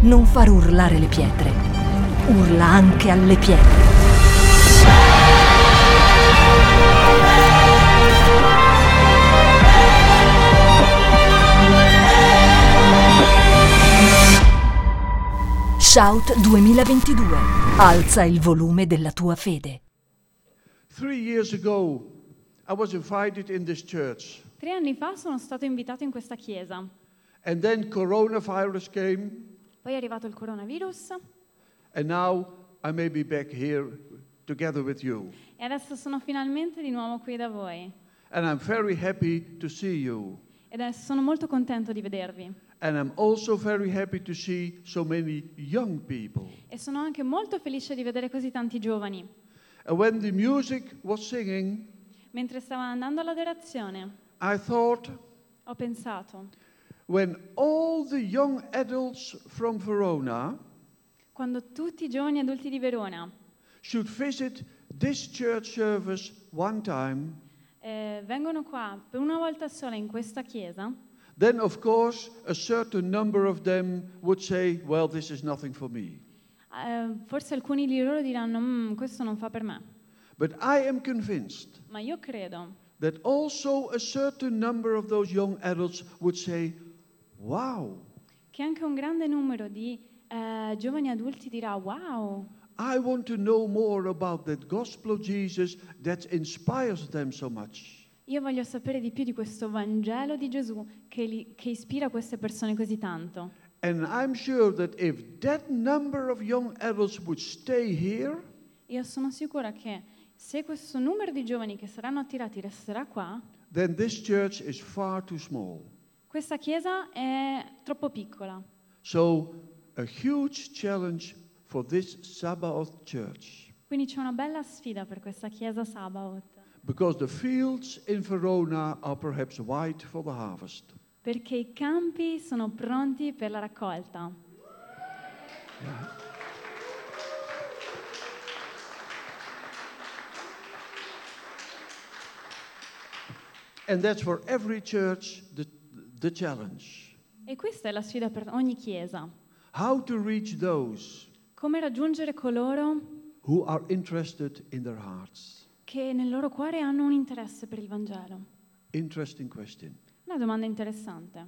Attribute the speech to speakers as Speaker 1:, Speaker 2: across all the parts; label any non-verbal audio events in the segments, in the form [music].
Speaker 1: non far urlare le pietre. Urla anche alle pietre. Shout 2022. Alza il volume della tua fede.
Speaker 2: Three years ago, I was invited in this church,
Speaker 3: Tre anni fa sono stato invitato in questa chiesa,
Speaker 2: and then coronavirus came,
Speaker 3: poi è arrivato il coronavirus
Speaker 2: and now I may be back here together with you.
Speaker 3: e adesso sono finalmente di nuovo qui da voi.
Speaker 2: And I'm very happy to see you.
Speaker 3: Ed adesso sono molto contento di vedervi
Speaker 2: And I'm also very happy to see so many young people.
Speaker 3: e sono anche molto felice di vedere così tanti giovani.
Speaker 2: And when the music was singing,
Speaker 3: Mentre stava andando all'adorazione
Speaker 2: I thought,
Speaker 3: ho pensato,
Speaker 2: when all the young adults from Verona
Speaker 3: quando tutti i giovani adulti di Verona
Speaker 2: should visit this church service one time,
Speaker 3: eh, vengono qua per una volta sola in questa chiesa,
Speaker 2: then of course a certain number of them would say, well, this is nothing for me.
Speaker 3: eh, forse alcuni di loro diranno "Mm, questo non fa per me,
Speaker 2: But I am convinced
Speaker 3: ma io credo
Speaker 2: that also a certain number of those young adults would say, wow,
Speaker 3: che anche un grande numero di eh, giovani adulti dirà wow,
Speaker 2: I want to know more about that gospel of Jesus that inspires them so much.
Speaker 3: io voglio sapere di più di questo Vangelo di Gesù che, li- che ispira queste persone così tanto.
Speaker 2: And I'm sure that if that number of young adults would stay here,
Speaker 3: Io sono sicura che se questo numero di giovani che saranno attirati resterà qua,
Speaker 2: then this church is far too small.
Speaker 3: questa chiesa è troppo piccola.
Speaker 2: So, a huge challenge for this Sabbath church.
Speaker 3: Quindi c'è una bella sfida per questa chiesa Sabaoth,
Speaker 2: Because the fields in Verona are perhaps white for the harvest.
Speaker 3: perché i campi sono pronti per la raccolta.
Speaker 2: And that's for every church the, the challenge.
Speaker 3: E questa è la sfida per ogni chiesa.
Speaker 2: How to reach those
Speaker 3: Come raggiungere coloro
Speaker 2: who are interested in their hearts.
Speaker 3: che nel loro cuore hanno un interesse per il Vangelo.
Speaker 2: Interesting question.
Speaker 3: Una domanda interessante,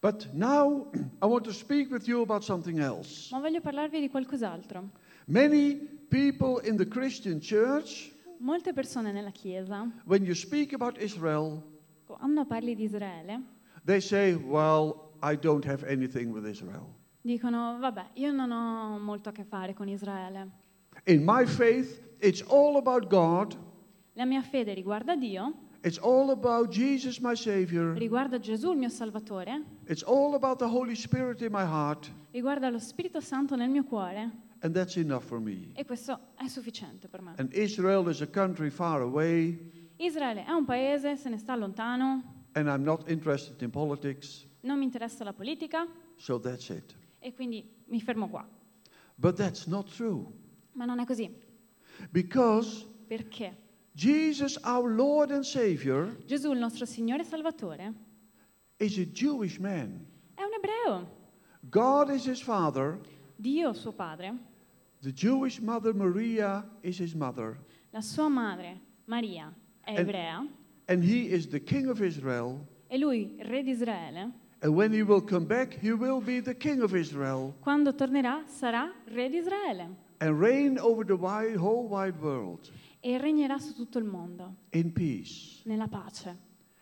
Speaker 2: But now I want to speak with you about something else.
Speaker 3: ma voglio parlarvi di qualcos'altro.
Speaker 2: Many people in the Christian church,
Speaker 3: Molte persone nella Chiesa,
Speaker 2: when you speak about Israel,
Speaker 3: quando parli di Israele,
Speaker 2: they say, Well, I don't have anything with Israel.
Speaker 3: dicono, vabbè, io non ho molto a che fare con Israele.
Speaker 2: In my faith, it's all about God,
Speaker 3: La mia fede riguarda Dio,
Speaker 2: it's all about Jesus, my Savior,
Speaker 3: riguarda Gesù, il mio Salvatore,
Speaker 2: it's all about the Holy Spirit in my heart,
Speaker 3: riguarda lo Spirito Santo nel mio cuore
Speaker 2: and that's enough for me.
Speaker 3: e questo è sufficiente per me.
Speaker 2: And Israel is a country far away,
Speaker 3: Israele è un paese, se ne sta lontano,
Speaker 2: and I'm not interested in politics,
Speaker 3: non mi interessa la politica
Speaker 2: so that's it.
Speaker 3: e quindi mi fermo qua.
Speaker 2: But that's not true,
Speaker 3: Ma non è così.
Speaker 2: because
Speaker 3: Perché?
Speaker 2: Jesus, our Lord and Savior,
Speaker 3: Gesù, il nostro Signore e Salvatore,
Speaker 2: is a Jewish man.
Speaker 3: è un ebreo.
Speaker 2: God is his father,
Speaker 3: Dio, suo padre,
Speaker 2: the Jewish mother Maria is his mother,
Speaker 3: la sua madre, Maria, è
Speaker 2: And-
Speaker 3: ebrea
Speaker 2: and he is the king of Israel.
Speaker 3: e lui, re di Israele,
Speaker 2: And when he will come back, he will be the king of Israel
Speaker 3: quando tornerà sarà re di Israele
Speaker 2: and reign over the wide, whole wide world
Speaker 3: e regnerà su tutto il mondo,
Speaker 2: in peace.
Speaker 3: nella pace.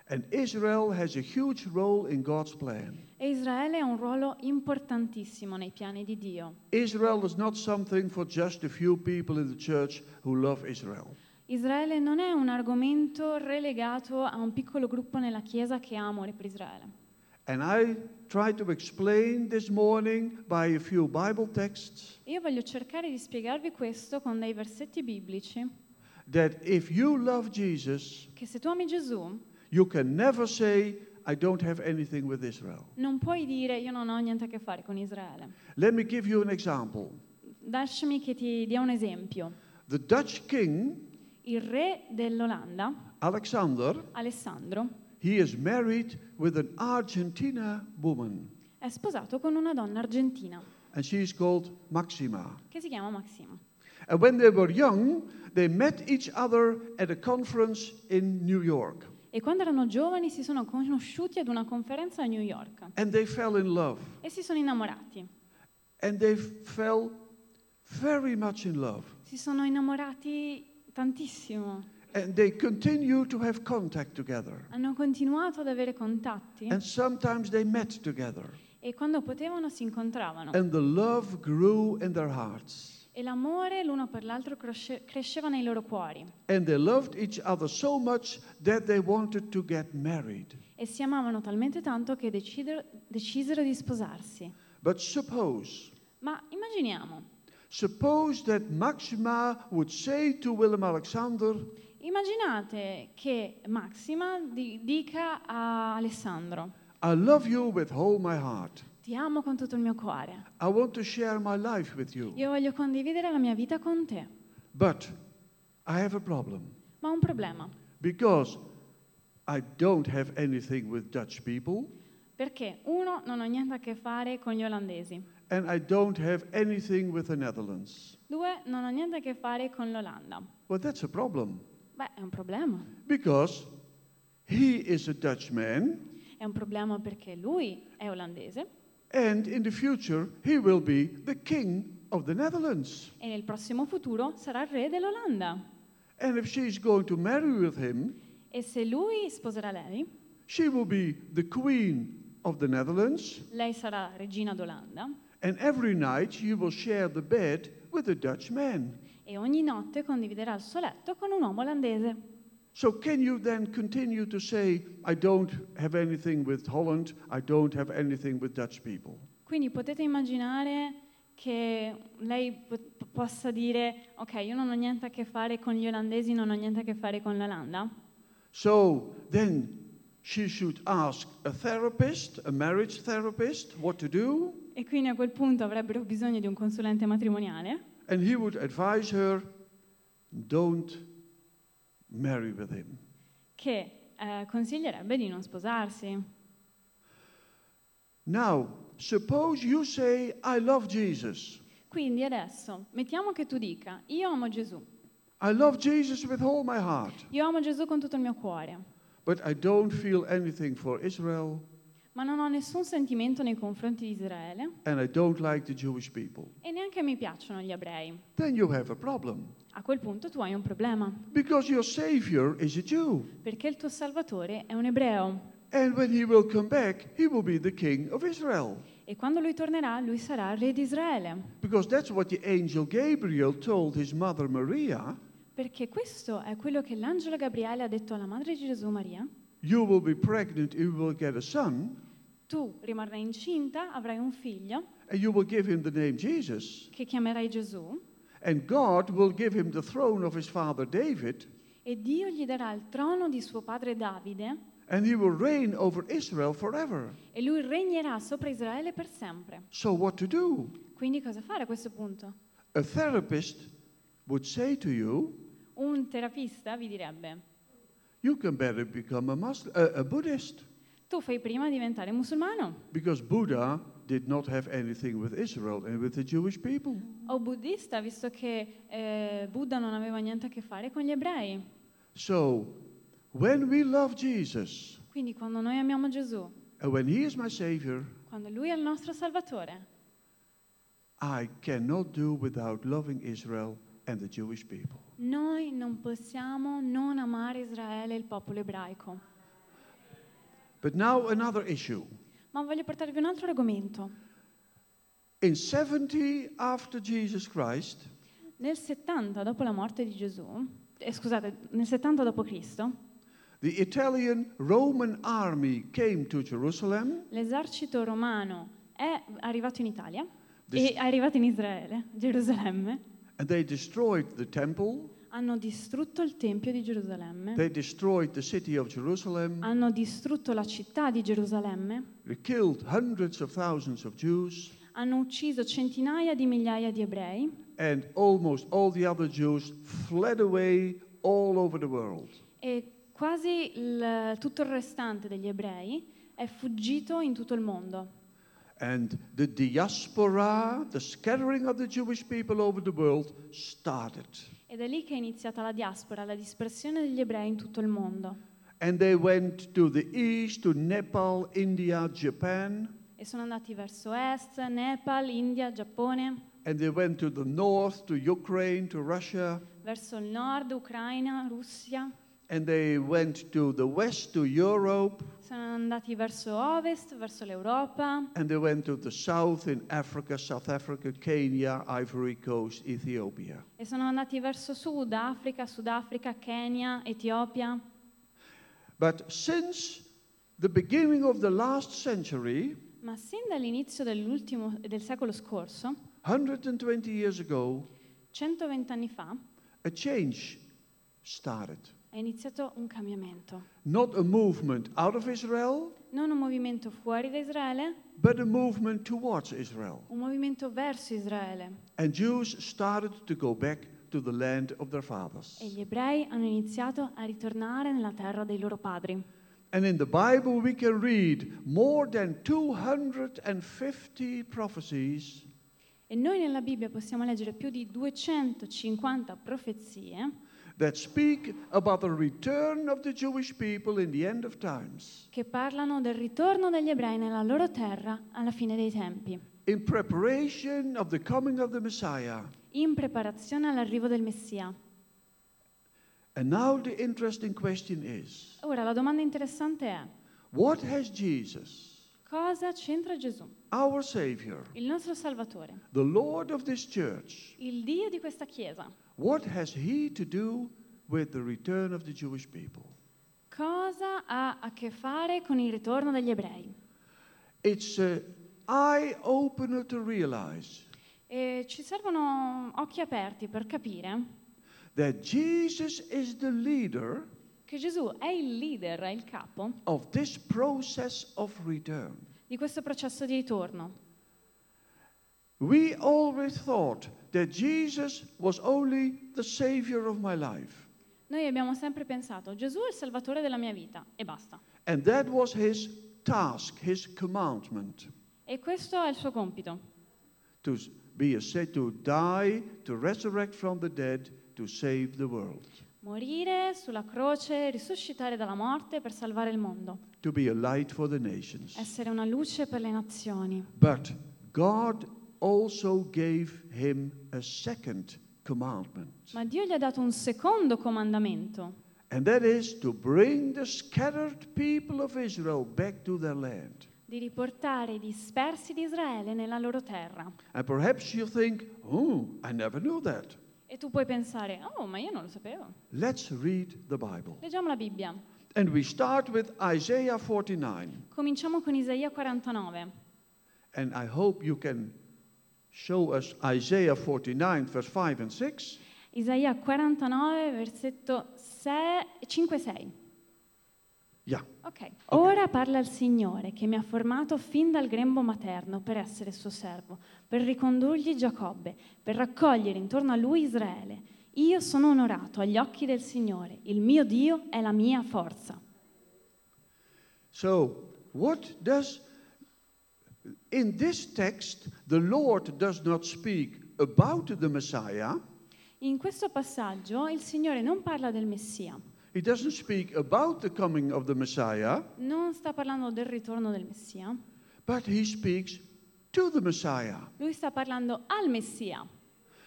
Speaker 2: And Israel has a huge role in God's plan.
Speaker 3: E Israele ha un ruolo importantissimo nei piani di Dio.
Speaker 2: Israel is not something for just a few people in the church who love Israel.
Speaker 3: Israele non è un argomento relegato a un piccolo gruppo nella Chiesa che ha amore per Israele.
Speaker 2: And I try to explain this morning by a few Bible texts
Speaker 3: Io voglio cercare di spiegarvi questo con dei versetti biblici,
Speaker 2: that if you love Jesus,
Speaker 3: che se tu ami Gesù,
Speaker 2: you can never say, I don't have anything with Israel.
Speaker 3: Non puoi dire io non ho niente a che fare con Israele.
Speaker 2: Let me give you an example.
Speaker 3: Lasciami che ti dia un esempio.
Speaker 2: The Dutch king,
Speaker 3: Il re dell'Olanda,
Speaker 2: Alexander,
Speaker 3: Alessandro,
Speaker 2: he is married with an Argentina woman.
Speaker 3: è sposato con una donna argentina.
Speaker 2: and she is called Maxima.
Speaker 3: che si chiama Maxima.
Speaker 2: And when they were young, they met each other at a conference in New York
Speaker 3: E quando erano giovani si sono conosciuti ad una conferenza a New York
Speaker 2: and they fell in love.
Speaker 3: e si sono innamorati.
Speaker 2: And they fell very much in love.
Speaker 3: Si sono innamorati tantissimo.
Speaker 2: And they continue to have contact together.
Speaker 3: Hanno continuato ad avere contatti
Speaker 2: And sometimes they met together.
Speaker 3: e quando potevano si incontravano.
Speaker 2: And the love grew in their hearts.
Speaker 3: E l'amore l'uno per l'altro crosce- cresceva nei loro cuori
Speaker 2: And they loved each other so much that they wanted to get married.
Speaker 3: e si amavano talmente tanto che decider- decisero di sposarsi.
Speaker 2: But suppose,
Speaker 3: Ma immaginiamo,
Speaker 2: suppose that Maxima would say to Willem Alexander,
Speaker 3: immaginate che Maxima di- dica a Alessandro,
Speaker 2: I love you with all my heart.
Speaker 3: ti amo con tutto il mio cuore,
Speaker 2: I want to share my life with you.
Speaker 3: io voglio condividere la mia vita con te,
Speaker 2: But I have a problem
Speaker 3: ma ho un problema,
Speaker 2: because I don't have anything with Dutch people
Speaker 3: perché uno non ho niente a che fare con gli olandesi,
Speaker 2: and I don't have anything with the Netherlands.
Speaker 3: due non ho niente a che fare con l'Olanda.
Speaker 2: Well, that's a problem
Speaker 3: Beh, è un problema,
Speaker 2: because he is a Dutch man
Speaker 3: è un problema perché lui è olandese
Speaker 2: and in the future he will be the king of the Netherlands.
Speaker 3: e nel prossimo futuro sarà il re dell'Olanda.
Speaker 2: And if she's going to marry with him,
Speaker 3: E se lui sposerà lei,
Speaker 2: she will be the queen of the Netherlands
Speaker 3: lei sarà regina d'Olanda
Speaker 2: And every night you will share the bed with a Dutch man.
Speaker 3: e ogni notte condividerà il suo letto con un uomo olandese.
Speaker 2: So can you then continue to say, I don't have anything with Holland, I don't have anything with Dutch people?
Speaker 3: Quindi potete immaginare che lei po- po- possa dire ok, io non ho niente a che fare con gli olandesi, non ho niente a che fare con l'Olanda.
Speaker 2: So then she should ask a therapist, a marriage therapist, what to do,
Speaker 3: E quindi a quel punto avrebbero bisogno di un consulente matrimoniale
Speaker 2: and he would advise her, don't marry with him.
Speaker 3: che eh, consiglierebbe di non sposarsi.
Speaker 2: Now, suppose you say, I love Jesus.
Speaker 3: Quindi adesso mettiamo che tu dica io amo Gesù,
Speaker 2: I love Jesus with all my heart.
Speaker 3: io amo Gesù con tutto il mio cuore,
Speaker 2: But I don't feel anything for Israel,
Speaker 3: ma non ho nessun sentimento nei confronti di Israele
Speaker 2: and I don't like the Jewish people.
Speaker 3: e neanche mi piacciono gli ebrei.
Speaker 2: Then you have a problem
Speaker 3: A quel punto tu hai un problema,
Speaker 2: because your Savior is a Jew.
Speaker 3: perché il tuo Salvatore è un ebreo
Speaker 2: And when he will come back, he will be the king of Israel.
Speaker 3: e quando lui tornerà lui sarà re di Israele,
Speaker 2: Because that's what the angel Gabriel told his mother Maria
Speaker 3: perché questo è quello che l'angelo Gabriele ha detto alla madre di Gesù Maria.
Speaker 2: You will be pregnant, you will get a son,
Speaker 3: Tu rimarrai incinta, avrai un figlio
Speaker 2: and you will give him the name Jesus.
Speaker 3: che chiamerai Gesù
Speaker 2: And God will give him the throne of his father David,
Speaker 3: e Dio gli darà il trono di suo padre Davide
Speaker 2: and he will reign over Israel forever.
Speaker 3: e lui regnerà sopra Israele per sempre.
Speaker 2: So, what to do?
Speaker 3: Quindi cosa fare a questo punto?
Speaker 2: A therapist would say to you,
Speaker 3: Un terapista vi direbbe,
Speaker 2: you can better become a, Muslim, uh, a Buddhist
Speaker 3: tu fai prima a diventare musulmano
Speaker 2: because Buddha did not have anything with Israel and with the Jewish people.
Speaker 3: o buddista, visto che eh, Buddha non aveva niente a che fare con gli ebrei.
Speaker 2: So, when we love Jesus
Speaker 3: Quindi quando noi amiamo Gesù,
Speaker 2: and when He is my Savior,
Speaker 3: quando Lui è il nostro Salvatore,
Speaker 2: I cannot do without loving Israel and the Jewish people.
Speaker 3: noi non possiamo non amare Israele e il popolo ebraico.
Speaker 2: But now, another issue.
Speaker 3: Ma voglio portarvi un altro argomento.
Speaker 2: In 70 after Jesus Christ,
Speaker 3: Nel 70 dopo la morte di Gesù, eh, scusate, nel 70 dopo Cristo,
Speaker 2: the Italian Roman army came to Jerusalem.
Speaker 3: L'esercito romano è arrivato in Italia
Speaker 2: Dis-
Speaker 3: e è arrivato in Israele, Gerusalemme.
Speaker 2: And they destroyed the temple,
Speaker 3: Hanno distrutto il Tempio di Gerusalemme,
Speaker 2: they destroyed the city of Jerusalem,
Speaker 3: hanno distrutto la città di Gerusalemme,
Speaker 2: they killed hundreds of thousands of Jews,
Speaker 3: hanno ucciso centinaia di migliaia di ebrei
Speaker 2: and almost all the other Jews fled away all over the world.
Speaker 3: e quasi il- tutto il restante degli ebrei è fuggito in tutto il mondo.
Speaker 2: And the diaspora, the scattering of the Jewish people over the world, started.
Speaker 3: Ed è lì che è iniziata la diaspora, la dispersione degli ebrei in tutto il mondo.
Speaker 2: And they went to the east, to Nepal, India, Japan,
Speaker 3: E sono andati verso est, Nepal, India, Giappone,
Speaker 2: and they went to the north, to Ukraine, to Russia,
Speaker 3: verso il nord, Ucraina, Russia.
Speaker 2: and they went to the west, to Europe,
Speaker 3: Sono andati verso ovest, verso l'Europa,
Speaker 2: and they went to the south in Africa, South Africa, Kenya, Ivory Coast, Ethiopia.
Speaker 3: E sono andati verso Sud Africa, Sudafrica, Kenya, Etiopia.
Speaker 2: But since the beginning of the last century,
Speaker 3: Ma sin dall'inizio dell'ultimo- del secolo scorso,
Speaker 2: 120 years ago,
Speaker 3: 120 anni fa,
Speaker 2: a change started.
Speaker 3: è iniziato un cambiamento.
Speaker 2: Not a movement out of Israel,
Speaker 3: Non un movimento fuori da Israele,
Speaker 2: but a movement towards Israel.
Speaker 3: un movimento verso Israele.
Speaker 2: And Jews started to go back to the land of their fathers.
Speaker 3: E gli ebrei hanno iniziato a ritornare nella terra dei loro padri.
Speaker 2: And in the Bible, we can read more than 250 prophecies
Speaker 3: E noi nella Bibbia possiamo leggere più di 250 profezie
Speaker 2: that speak about the return of the Jewish people in the end of times
Speaker 3: che parlano del ritorno degli ebrei nella loro terra alla fine dei tempi,
Speaker 2: in preparation of the coming of the Messiah.
Speaker 3: in preparazione all'arrivo del Messia.
Speaker 2: And now, the interesting question is
Speaker 3: Ora la domanda interessante è,
Speaker 2: what has Jesus,
Speaker 3: cosa c'entra Gesù,
Speaker 2: our Savior,
Speaker 3: il nostro Salvatore,
Speaker 2: the Lord of this church,
Speaker 3: il Dio di questa Chiesa?
Speaker 2: what has he to do with the return of the Jewish people?
Speaker 3: Cosa ha a che fare con il ritorno degli ebrei?
Speaker 2: It's an eye opener to realize
Speaker 3: E ci servono occhi aperti per capire
Speaker 2: that Jesus is the leader
Speaker 3: che Gesù è il leader, è il capo
Speaker 2: of this process of return.
Speaker 3: di questo processo di ritorno.
Speaker 2: We always thought that Jesus was only the savior of my life,
Speaker 3: Noi abbiamo sempre pensato, Gesù è il salvatore della mia vita e basta.
Speaker 2: and that was his task, his commandment
Speaker 3: E questo è il suo compito,
Speaker 2: to s- be a sa- to die, to resurrect from the dead, to save the world,
Speaker 3: morire sulla croce, risuscitare dalla morte per salvare il mondo,
Speaker 2: to be a light for the nations.
Speaker 3: essere una luce per le nazioni.
Speaker 2: But God also gave him a second commandment,
Speaker 3: Ma Dio gli ha dato un secondo comandamento,
Speaker 2: and that is to bring the scattered people of Israel back to their land.
Speaker 3: di riportare i dispersi di Israele nella loro terra.
Speaker 2: And perhaps you think, oh, I never knew that.
Speaker 3: E tu puoi pensare, oh, ma io non lo sapevo.
Speaker 2: Let's read the Bible.
Speaker 3: Leggiamo la Bibbia.
Speaker 2: And we start with Isaiah 49.
Speaker 3: Cominciamo con Isaia 49.
Speaker 2: And I hope you can show us Isaiah 49, verse 5 and 6.
Speaker 3: Isaia 49, versetto 5-6.
Speaker 2: Yeah.
Speaker 3: Ok. Ora parla il Signore che mi ha formato fin dal grembo materno per essere suo servo, per ricondurgli Giacobbe, per raccogliere intorno a lui Israele. Io sono onorato agli occhi del Signore, il mio Dio è la mia forza.
Speaker 2: So, what does, in this text, the Lord does not speak about the Messiah,
Speaker 3: In questo passaggio il Signore non parla del Messia,
Speaker 2: He doesn't speak about the coming of the Messiah,
Speaker 3: non sta parlando del ritorno del Messia,
Speaker 2: but He speaks to the Messiah.
Speaker 3: lui sta parlando al Messia.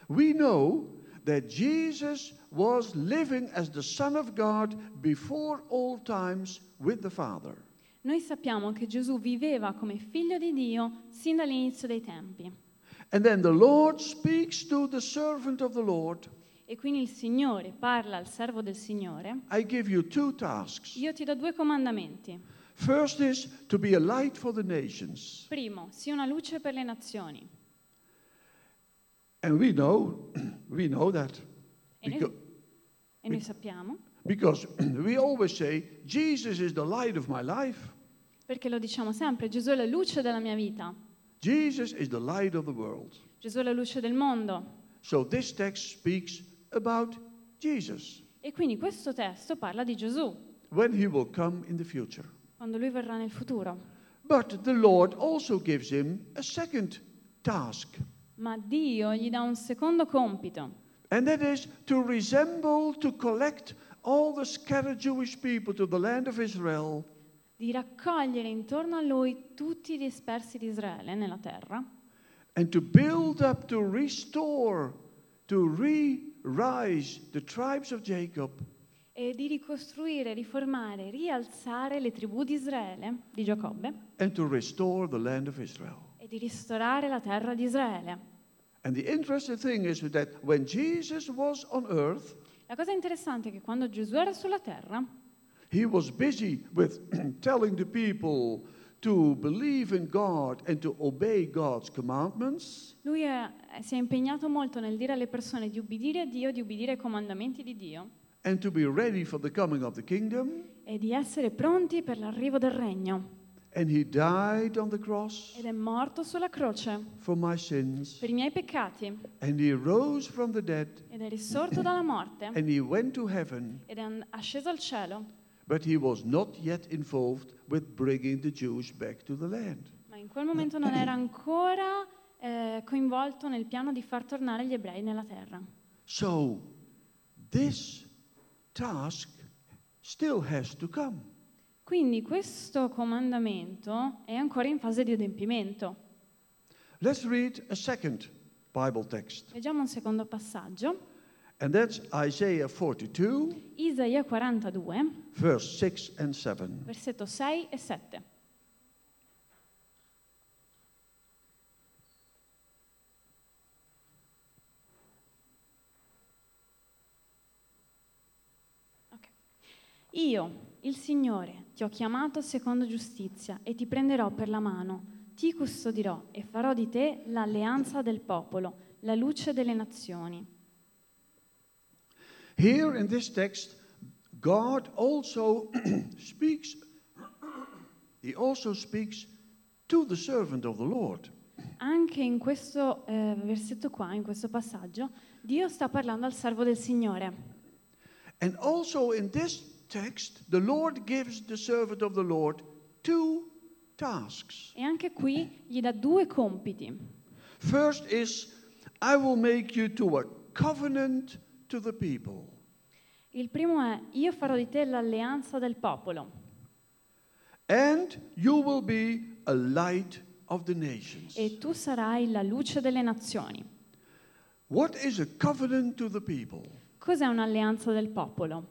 Speaker 2: We know that Jesus was living as the Son of God before all times with the Father.
Speaker 3: Noi sappiamo che Gesù viveva come figlio di Dio sin dall'inizio dei tempi.
Speaker 2: And then the Lord speaks to the servant of the Lord
Speaker 3: E quindi il Signore parla al servo del Signore.
Speaker 2: I give you two tasks.
Speaker 3: Io ti do due comandamenti.
Speaker 2: First is to be a light for the nations.
Speaker 3: Primo, sii una luce per le nazioni.
Speaker 2: And we know, [clears throat] we know that.
Speaker 3: E noi,
Speaker 2: Becau-
Speaker 3: e noi sappiamo,
Speaker 2: because [clears throat] we always say, Jesus is the light of my life.
Speaker 3: perché lo diciamo sempre, Gesù è la luce della mia vita,
Speaker 2: Jesus is the light of the world.
Speaker 3: Gesù è la luce del mondo.
Speaker 2: So this text speaks about Jesus.
Speaker 3: E quindi questo testo parla di Gesù,
Speaker 2: when he will come in the future.
Speaker 3: quando lui verrà nel futuro.
Speaker 2: But the Lord also gives him a second task,
Speaker 3: Ma Dio gli dà un secondo compito,
Speaker 2: and that is to resemble, to collect all the scattered Jewish people to the land of Israel
Speaker 3: di raccogliere intorno a lui tutti i dispersi di Israele nella terra
Speaker 2: and to build up, to restore, to re rise the tribes of Jacob
Speaker 3: e di ricostruire, riformare, rialzare le tribù di Israele, di Giacobbe,
Speaker 2: and to restore the land of Israel.
Speaker 3: e di ristorare la terra di Israele.
Speaker 2: And the interesting thing is that when Jesus was on earth,
Speaker 3: La cosa interessante è che quando Gesù era sulla terra,
Speaker 2: he was busy with [clears throat] telling the people to believe in God and to obey God's commandments.
Speaker 3: lui è- si è impegnato molto nel dire alle persone di ubbidire a Dio, di ubbidire ai comandamenti di Dio
Speaker 2: And to be ready for the coming of the kingdom.
Speaker 3: e di essere pronti per l'arrivo del regno.
Speaker 2: And he died on the cross
Speaker 3: Ed è morto sulla croce
Speaker 2: for my sins.
Speaker 3: per i miei peccati
Speaker 2: And he rose from the dead.
Speaker 3: ed è risorto dalla morte
Speaker 2: And he went to heaven.
Speaker 3: ed è an- asceso al cielo,
Speaker 2: But he was not yet involved with bringing the Jews back to the land.
Speaker 3: ma in quel momento non era ancora eh, coinvolto nel piano di far tornare gli ebrei nella terra.
Speaker 2: So this task still has to come.
Speaker 3: Quindi questo comandamento è ancora in fase di adempimento.
Speaker 2: Let's read a second Bible text,
Speaker 3: Leggiamo un secondo passaggio.
Speaker 2: and that's Isaiah 42,
Speaker 3: Isaia 42,
Speaker 2: verse 6 and 7.
Speaker 3: versetto 6 e 7. Ok. Io, il Signore, ti ho chiamato secondo giustizia e ti prenderò per la mano, ti custodirò e farò di te l'alleanza del popolo, la luce delle nazioni.
Speaker 2: Here in this text, God also [clears throat] speaks, He also speaks to the servant of the Lord.
Speaker 3: Anche in questo eh, versetto qua, in questo passaggio, Dio sta parlando al servo del Signore.
Speaker 2: And also in this text, the Lord gives the servant of the Lord two tasks.
Speaker 3: E anche qui gli dà due compiti.
Speaker 2: First is, I will make you to a covenant to the people.
Speaker 3: Il primo è io farò di te l'alleanza del popolo
Speaker 2: And you will be a light of the nations.
Speaker 3: e tu sarai la luce delle nazioni.
Speaker 2: What is a covenant to the people?
Speaker 3: Cos'è un'alleanza del popolo?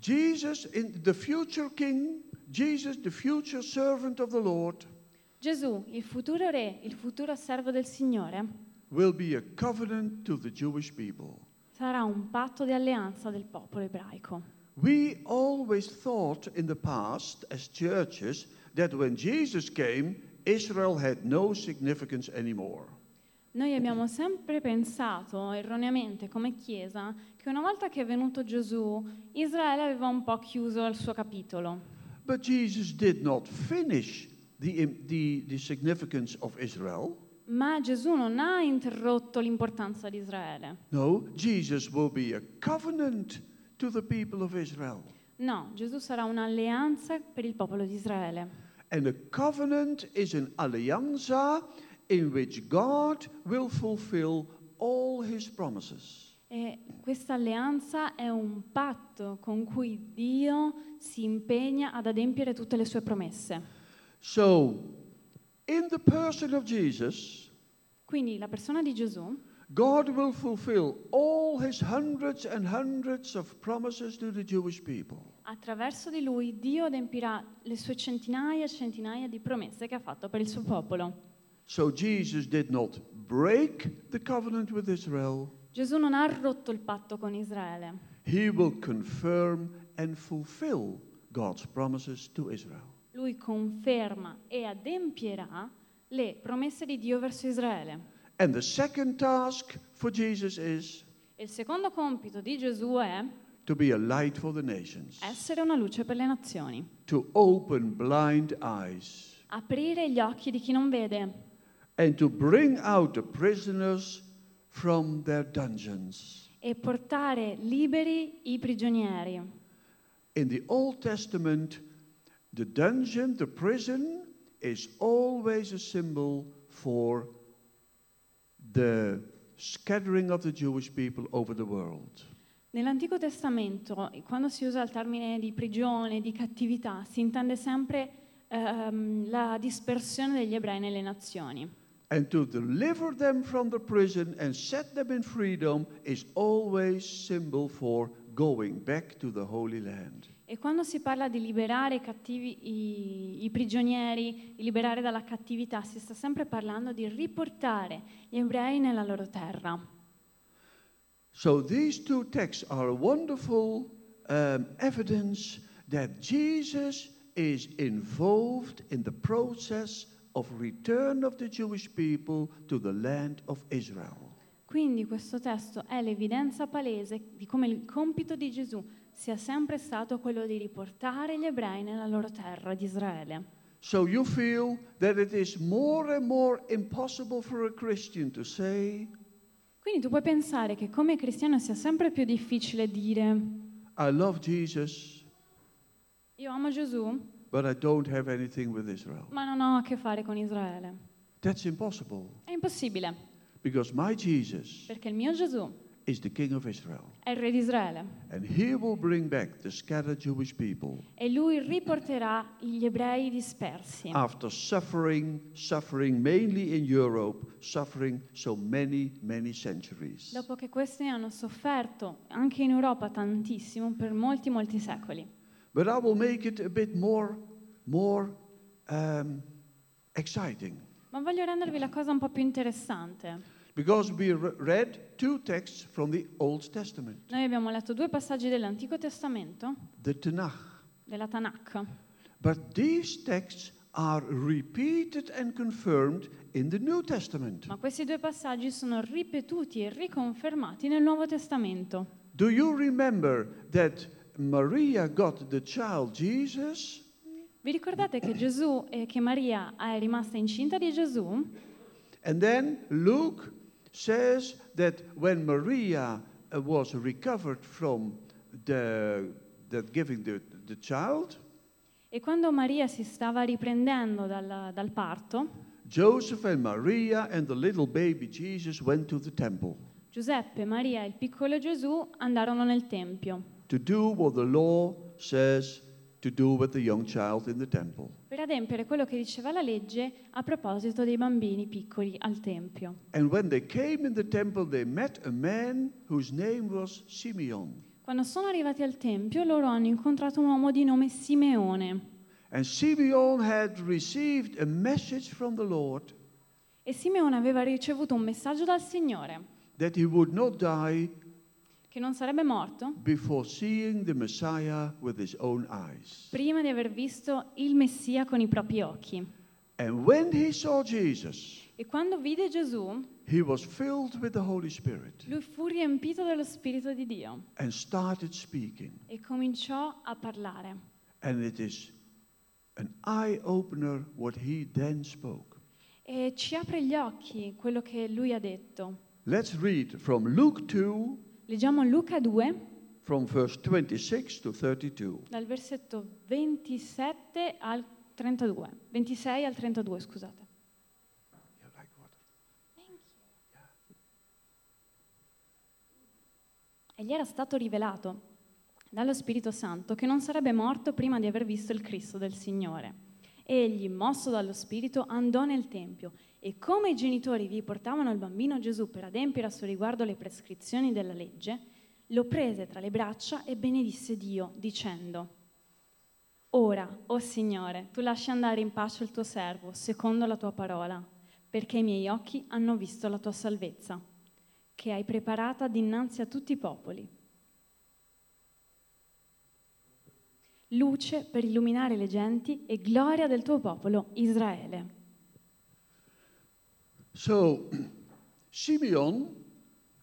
Speaker 2: Jesus, in the future king, Jesus, the future servant of the Lord,
Speaker 3: Gesù, il futuro re, il futuro servo del Signore,
Speaker 2: will be a covenant to the Jewish people.
Speaker 3: sarà un patto di alleanza del popolo ebraico.
Speaker 2: We always thought in the past, as churches, that when Jesus came, Israel had no significance anymore.
Speaker 3: Noi abbiamo sempre pensato erroneamente come Chiesa che una volta che è venuto Gesù, Israele aveva un po' chiuso il suo capitolo.
Speaker 2: But Jesus did not finish the, the, the significance of Israel.
Speaker 3: Ma Gesù non ha interrotto l'importanza di Israele.
Speaker 2: No, Jesus will be a covenant to the people of Israel.
Speaker 3: No, Gesù sarà un'alleanza per il popolo di Israele.
Speaker 2: And a covenant is an alianza in which God will fulfill all his promises.
Speaker 3: E questa alleanza è un patto con cui Dio si impegna ad adempiere tutte le sue promesse.
Speaker 2: So, in the person of Jesus,
Speaker 3: Quindi la persona di Gesù,
Speaker 2: God will fulfill all his hundreds and hundreds of promises to the Jewish people.
Speaker 3: attraverso di lui, Dio adempirà le sue centinaia e centinaia di promesse che ha fatto per il suo popolo.
Speaker 2: So, Jesus did not break the covenant with Israel,
Speaker 3: Gesù non ha rotto il patto con Israele,
Speaker 2: he will confirm and fulfill God's promises to Israel.
Speaker 3: lui conferma e adempierà le promesse di Dio verso Israele.
Speaker 2: And the second task for Jesus is
Speaker 3: E Il secondo compito di Gesù è
Speaker 2: to be a light for the nations,
Speaker 3: essere una luce per le nazioni,
Speaker 2: to open blind eyes,
Speaker 3: aprire gli occhi di chi non vede
Speaker 2: and to bring out the prisoners from their dungeons.
Speaker 3: e portare liberi i prigionieri.
Speaker 2: In the Old Testament, The dungeon, the prison, is always a symbol for the scattering of the Jewish people over the world.
Speaker 3: Nell'Antico Testamento, quando si usa il termine di prigione, di cattività, si intende sempre ehm, la dispersione degli ebrei nelle nazioni.
Speaker 2: And to deliver them from the prison and set them in freedom is always symbol for going back to the Holy Land.
Speaker 3: E quando si parla di liberare i, cattivi- i- i prigionieri, di liberare dalla cattività, si sta sempre parlando di riportare gli ebrei nella loro terra.
Speaker 2: So these two texts are a wonderful um, evidence that Jesus is involved in the process of return of the Jewish people to the land of Israel.
Speaker 3: Quindi questo testo è l'evidenza palese di come il compito di Gesù sia sempre stato quello di riportare gli ebrei nella loro terra di Israele.
Speaker 2: So you feel that it is more and more impossible for a Christian to say,
Speaker 3: Quindi tu puoi pensare che come cristiano sia sempre più difficile dire
Speaker 2: I love Jesus,
Speaker 3: io amo Gesù,
Speaker 2: but I don't have anything with Israel.
Speaker 3: ma non ho a che fare con Israele.
Speaker 2: That's impossible
Speaker 3: È impossibile,
Speaker 2: because my Jesus
Speaker 3: perché il mio Gesù
Speaker 2: is the King of Israel,
Speaker 3: è il re di Israele
Speaker 2: and he will bring back the scattered Jewish people.
Speaker 3: e lui riporterà gli ebrei dispersi.
Speaker 2: after suffering, suffering mainly in Europe, suffering so many, many centuries.
Speaker 3: Dopo che questi hanno sofferto anche in Europa tantissimo per molti molti secoli.
Speaker 2: But I will make it a bit more, more um, exciting
Speaker 3: Ma voglio rendervi la cosa un po' più interessante.
Speaker 2: because we re- read two texts from the Old Testament,
Speaker 3: Noi abbiamo letto due passaggi dell'Antico Testamento,
Speaker 2: the Tanakh.
Speaker 3: della Tanakh,
Speaker 2: But these texts are repeated and confirmed in the New Testament.
Speaker 3: ma questi due passaggi sono ripetuti e riconfermati nel Nuovo Testamento.
Speaker 2: Do you remember that Maria got the child Jesus?
Speaker 3: Vi ricordate che Gesù e che Maria eh, è rimasta incinta di Gesù?
Speaker 2: And then Luke says that when Maria uh, was recovered from the, that giving the, the child,
Speaker 3: E quando Maria si stava riprendendo dal, dal parto,
Speaker 2: Joseph and Maria and the little baby Jesus went to the temple
Speaker 3: Giuseppe, Maria e il piccolo Gesù andarono nel Tempio
Speaker 2: to do what the law says to do with the young child in the temple.
Speaker 3: per adempiere quello che diceva la legge a proposito dei bambini piccoli al Tempio.
Speaker 2: And when they came in the temple, they met a man whose name was Simeon.
Speaker 3: Quando sono arrivati al Tempio, loro hanno incontrato un uomo di nome Simeone.
Speaker 2: And Simeon had received a message from the Lord
Speaker 3: E Simeone aveva ricevuto un messaggio dal Signore
Speaker 2: that he would not die
Speaker 3: che non sarebbe morto
Speaker 2: before seeing the Messiah with his own eyes.
Speaker 3: prima di aver visto il Messia con i propri occhi.
Speaker 2: And when he saw Jesus,
Speaker 3: E quando vide Gesù,
Speaker 2: he was filled with the Holy Spirit
Speaker 3: lui fu riempito dello Spirito di Dio
Speaker 2: and started speaking.
Speaker 3: e cominciò a parlare.
Speaker 2: And it is an eye opener what he then spoke.
Speaker 3: E ci apre gli occhi quello che lui ha detto.
Speaker 2: Let's read from Luke 2,
Speaker 3: Leggiamo Luca 2,
Speaker 2: from verse 26 to 32.
Speaker 3: dal versetto 27 al 32. 26 al 32, scusate.
Speaker 2: You like water?
Speaker 3: E gli era stato rivelato dallo Spirito Santo che non sarebbe morto prima di aver visto il Cristo del Signore. Egli, mosso dallo Spirito, andò nel Tempio e come i genitori vi portavano il bambino Gesù per adempiere a suo riguardo le prescrizioni della legge, lo prese tra le braccia e benedisse Dio, dicendo, Ora, o Signore, tu lasci andare in pace il tuo servo, secondo la tua parola, perché i miei occhi hanno visto la tua salvezza, che hai preparata dinanzi a tutti i popoli. Luce per illuminare le genti e gloria del tuo popolo Israele.
Speaker 2: So, [clears throat] Simeon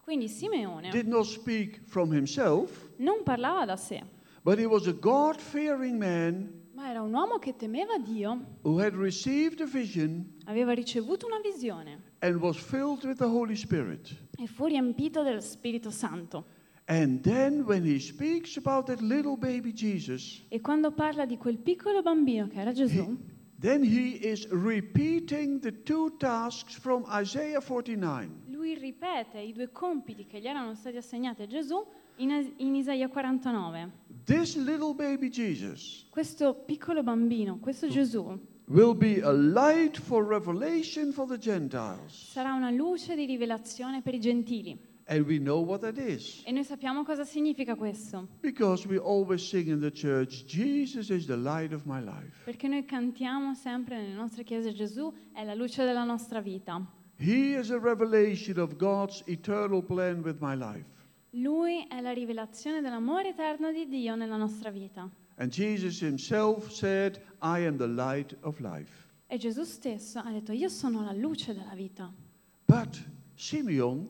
Speaker 3: Quindi Simeone
Speaker 2: did not speak from himself,
Speaker 3: non parlava da sé,
Speaker 2: but he was a God fearing man
Speaker 3: ma era un uomo che temeva Dio,
Speaker 2: who had received a vision
Speaker 3: aveva ricevuto una visione
Speaker 2: and was filled with the Holy Spirit.
Speaker 3: e fu riempito dello Spirito Santo.
Speaker 2: And then when he speaks about that little baby Jesus,
Speaker 3: E quando parla di quel piccolo bambino che era Gesù,
Speaker 2: then he is repeating the two tasks from Isaiah 49.
Speaker 3: lui ripete i due compiti che gli erano stati assegnati a Gesù in, Es- in Isaia 49.
Speaker 2: This little baby Jesus
Speaker 3: Questo piccolo bambino, questo Gesù,
Speaker 2: will be a light for revelation for the Gentiles.
Speaker 3: sarà una luce di rivelazione per i gentili.
Speaker 2: And we know what that is
Speaker 3: E noi sappiamo cosa significa questo,
Speaker 2: because we always sing in the church, Jesus is the light of my life.
Speaker 3: perché noi cantiamo sempre nelle nostre chiese Gesù è la luce della nostra vita.
Speaker 2: He is a revelation of God's eternal plan with my life.
Speaker 3: Lui è la rivelazione dell'amore eterno di Dio nella nostra vita.
Speaker 2: And Jesus himself said, I am the light of life.
Speaker 3: E Gesù stesso ha detto io sono la luce della vita.
Speaker 2: But Simeon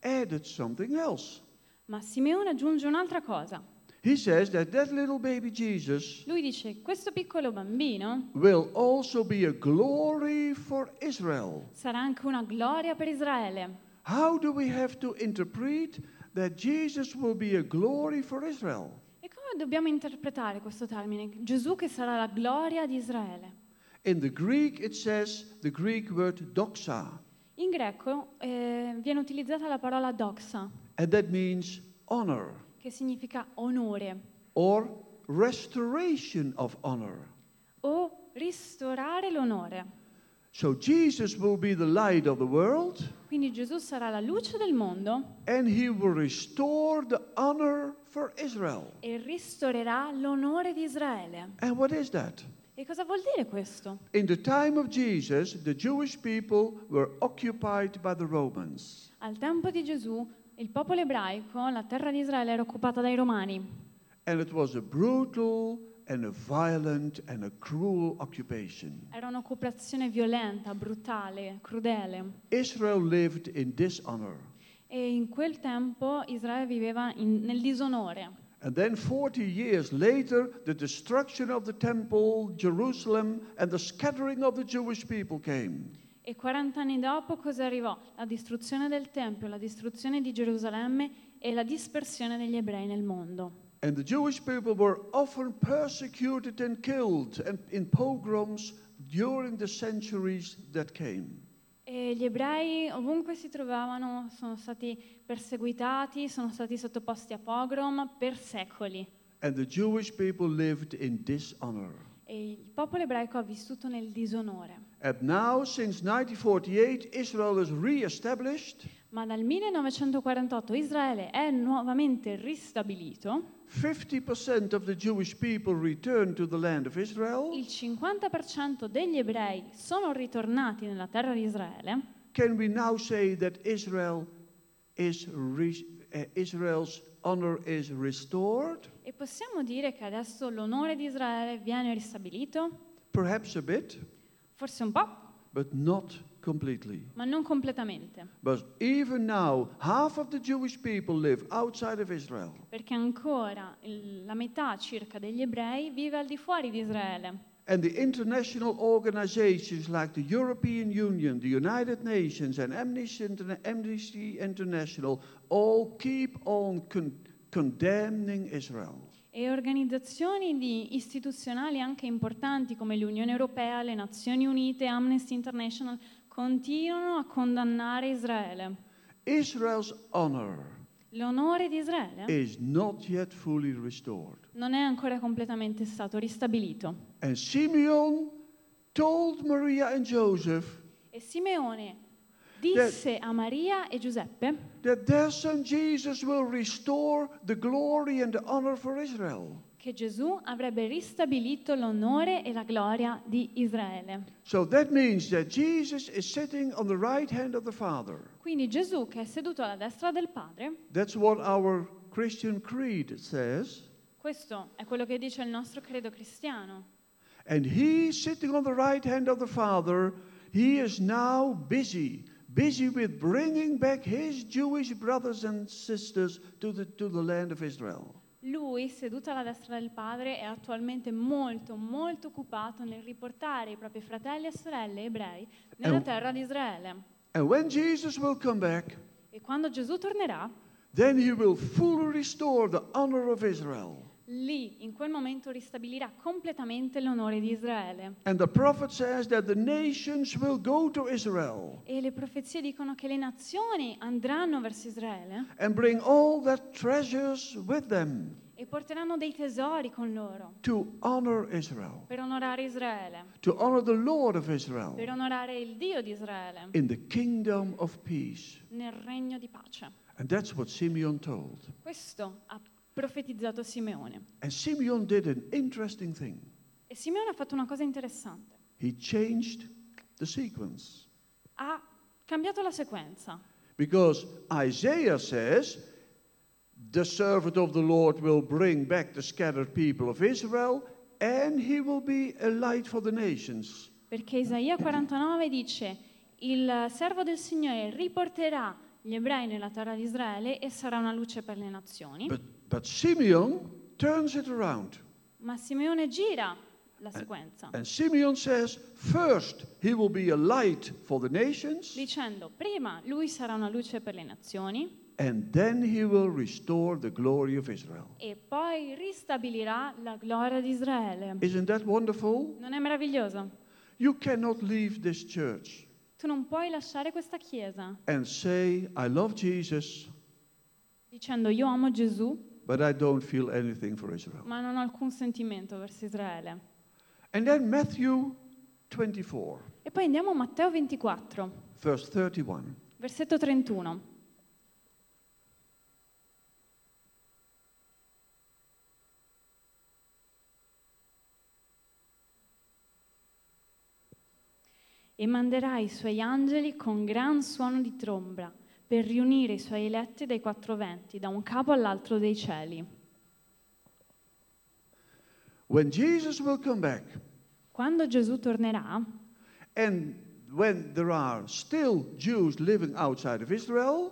Speaker 2: added something else.
Speaker 3: Ma Simeone aggiunge un'altra cosa.
Speaker 2: He says that that little baby Jesus
Speaker 3: Lui dice questo piccolo bambino
Speaker 2: will also be a glory for Israel.
Speaker 3: sarà anche una gloria per Israele.
Speaker 2: How do we have to interpret that Jesus will be a glory for Israel?
Speaker 3: E come dobbiamo interpretare questo termine? Gesù che sarà la gloria di Israele.
Speaker 2: In the Greek, it says the Greek word doxa,
Speaker 3: In greco eh, viene utilizzata la parola doxa,
Speaker 2: and that means honor
Speaker 3: che significa onore
Speaker 2: or restoration of honor.
Speaker 3: o ristorare l'onore.
Speaker 2: So Jesus will be the light of the world,
Speaker 3: Quindi Gesù sarà la luce del mondo
Speaker 2: and he will restore the honor for Israel.
Speaker 3: e ristorerà l'onore di Israele.
Speaker 2: And what is that?
Speaker 3: E cosa vuol dire questo?
Speaker 2: In the time of Jesus, the Jewish people were occupied by the Romans.
Speaker 3: Al tempo di Gesù il popolo ebraico, la terra di Israele era occupata dai romani
Speaker 2: And it was a brutal and a violent and a cruel occupation.
Speaker 3: Era un'occupazione violenta, brutale, crudele.
Speaker 2: Israel lived in dishonor.
Speaker 3: E in quel tempo Israele viveva in- nel disonore.
Speaker 2: And then 40 years later, the destruction of the temple, Jerusalem, and the scattering of the Jewish people came.
Speaker 3: E 40 anni dopo cosa arrivò? La distruzione del Tempio, la distruzione di Gerusalemme e la dispersione degli ebrei nel mondo.
Speaker 2: And the Jewish people were often persecuted and killed and in pogroms during the centuries that came.
Speaker 3: E gli ebrei ovunque si trovavano sono stati perseguitati, sono stati sottoposti a pogrom per secoli.
Speaker 2: And the Jewish people lived in dishonor.
Speaker 3: E il popolo ebraico ha vissuto nel disonore.
Speaker 2: And now, since 1948, Israel is re-established.
Speaker 3: Ma dal 1948 Israele è nuovamente ristabilito,
Speaker 2: 50% of the Jewish people returned to the land of Israel.
Speaker 3: il 50% degli ebrei sono ritornati nella terra di Israele.
Speaker 2: Can we now say that Israel is re- eh, Israel's honor is restored?
Speaker 3: E possiamo dire che adesso l'onore di Israele viene ristabilito?
Speaker 2: Perhaps a bit,
Speaker 3: Forse un po',
Speaker 2: but not completely.
Speaker 3: ma non completamente.
Speaker 2: But even now, half of the Jewish people live outside of Israel.
Speaker 3: Perché ancora il- la metà circa degli ebrei vive al di fuori di Israele.
Speaker 2: And the international organizations like the European Union, the United Nations, and Amnesty, Interna- Amnesty International all keep on con- condemning Israel.
Speaker 3: E organizzazioni di- istituzionali anche importanti come l'Unione Europea, le Nazioni Unite, Amnesty International continuano a condannare Israele.
Speaker 2: Israel's honor
Speaker 3: L'onore di Israele
Speaker 2: is not yet fully restored.
Speaker 3: non è ancora completamente stato ristabilito.
Speaker 2: And Simeon told Maria and Joseph
Speaker 3: E Simeone disse a Maria e Giuseppe
Speaker 2: that their son Jesus will restore the glory and the honor for Israel.
Speaker 3: che Gesù avrebbe ristabilito l'onore e la gloria di Israele.
Speaker 2: So that means that Jesus is sitting on the right hand of the Father.
Speaker 3: Quindi Gesù che è seduto alla destra del Padre,
Speaker 2: That's what our Christian creed says.
Speaker 3: questo è quello che dice il nostro credo cristiano.
Speaker 2: And he sitting on the right hand of the Father, he is now busy, busy with bringing back his Jewish brothers and sisters to the, to the land of Israel.
Speaker 3: Lui, seduto alla destra del Padre, è attualmente molto, molto occupato nel riportare i propri fratelli e sorelle ebrei nella
Speaker 2: Eh.
Speaker 3: terra di Israele.
Speaker 2: And when Jesus will come back,
Speaker 3: E quando Gesù tornerà,
Speaker 2: Then he will fully restore the honor of Israel.
Speaker 3: Lì, in quel momento, ristabilirà completamente l'onore di Israele.
Speaker 2: And the prophet says that the nations will go to Israel
Speaker 3: E le profezie dicono che le nazioni andranno verso Israele
Speaker 2: and bring all their treasures with them
Speaker 3: e porteranno dei tesori con loro
Speaker 2: to honor Israel,
Speaker 3: per onorare Israele,
Speaker 2: to honor the Lord of Israel
Speaker 3: per onorare il Dio di Israele
Speaker 2: in the kingdom of peace.
Speaker 3: nel regno di pace.
Speaker 2: And that's what Simeon told.
Speaker 3: Questo ha profetizzato Simeone.
Speaker 2: And Simeon did an interesting thing.
Speaker 3: E Simeone ha fatto una cosa interessante.
Speaker 2: He changed the sequence
Speaker 3: Ha cambiato la sequenza,
Speaker 2: because Isaiah says, The servant of the Lord will bring back the scattered people of Israel, and he will be a light for the nations.
Speaker 3: perché Isaia 49 dice, il servo del Signore riporterà gli ebrei nella terra di Israele e sarà una luce per le nazioni.
Speaker 2: But, but Simeon turns it around.
Speaker 3: Ma Simeone gira la sequenza
Speaker 2: And Simeon says, First, he will be a light for the nations,
Speaker 3: dicendo, prima lui sarà una luce per le nazioni
Speaker 2: and then he will restore the glory of Israel.
Speaker 3: e poi ristabilirà la gloria di Israele.
Speaker 2: Isn't that wonderful?
Speaker 3: Non è meraviglioso?
Speaker 2: You cannot leave this church
Speaker 3: Tu non puoi lasciare questa chiesa
Speaker 2: and say, I love Jesus,
Speaker 3: dicendo io amo Gesù,
Speaker 2: but I don't feel anything for Israel.
Speaker 3: ma non ho alcun sentimento verso Israele.
Speaker 2: And then Matthew 24,
Speaker 3: E poi andiamo a Matteo 24,
Speaker 2: verse 31.
Speaker 3: versetto 31. E manderà i suoi angeli con gran suono di tromba per riunire i suoi eletti dai quattro venti, da un capo all'altro dei cieli.
Speaker 2: When Jesus will come back,
Speaker 3: Quando Gesù tornerà
Speaker 2: and when there are still Jews living outside of Israel,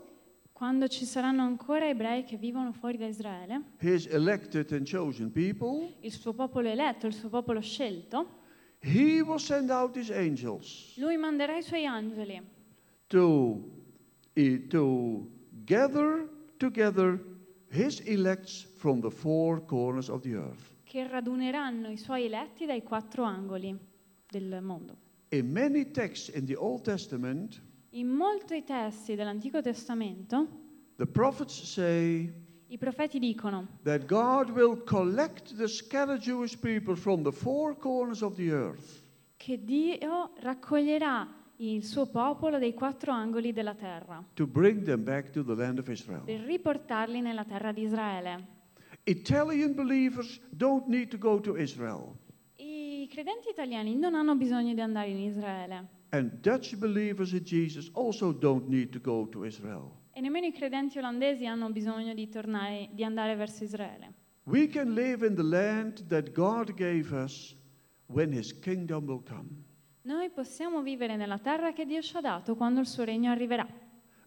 Speaker 3: Quando ci saranno ancora ebrei che vivono fuori da Israele,
Speaker 2: his elected and chosen people,
Speaker 3: il suo popolo eletto, il suo popolo scelto,
Speaker 2: he will send out his angels
Speaker 3: lui manderà i suoi angeli
Speaker 2: to, eh, to gather together his elects from the four corners of the earth.
Speaker 3: che raduneranno i suoi eletti dai quattro angoli del mondo.
Speaker 2: In many texts in the Old Testament,
Speaker 3: In molti testi dell'Antico Testamento
Speaker 2: the prophets say
Speaker 3: i profeti dicono
Speaker 2: that God will collect the scattered Jewish people from the four corners of the earth
Speaker 3: che Dio raccoglierà il suo popolo dai quattro angoli della terra
Speaker 2: to bring them back to the land of Israel.
Speaker 3: per riportarli nella terra di Israele.
Speaker 2: Italian believers don't need to go to Israel,
Speaker 3: I credenti italiani non hanno bisogno di andare in Israele.
Speaker 2: and Dutch believers in Jesus also don't need to go to Israel.
Speaker 3: E nemmeno i credenti olandesi hanno bisogno di, tornare, di andare verso Israele.
Speaker 2: We can live in the land that God gave us when His kingdom will come.
Speaker 3: Noi possiamo vivere nella terra che Dio ci ha dato quando il suo regno arriverà,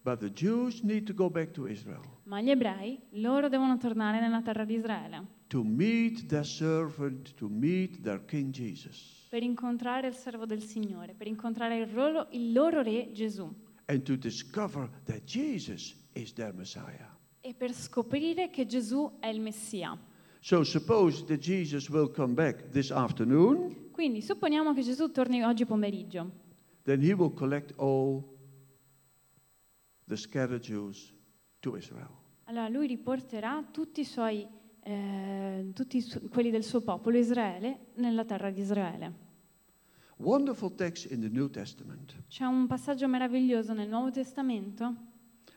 Speaker 2: But the Jews need to go back to Israel
Speaker 3: ma gli ebrei, loro devono tornare nella terra di Israele
Speaker 2: to meet their servant, to meet their King Jesus,
Speaker 3: per incontrare il servo del Signore, per incontrare il loro, il loro re Gesù
Speaker 2: and to discover that Jesus is their Messiah.
Speaker 3: e per scoprire che Gesù è il Messia.
Speaker 2: So suppose that Jesus will come back this afternoon,
Speaker 3: Quindi supponiamo che Gesù torni oggi pomeriggio,
Speaker 2: then He will collect all the scattered Jews to Israel.
Speaker 3: allora lui riporterà tutti, i suoi, eh, tutti i su- quelli del suo popolo Israele nella terra di Israele.
Speaker 2: Wonderful text in the New Testament.
Speaker 3: C'è un passaggio meraviglioso nel Nuovo Testamento.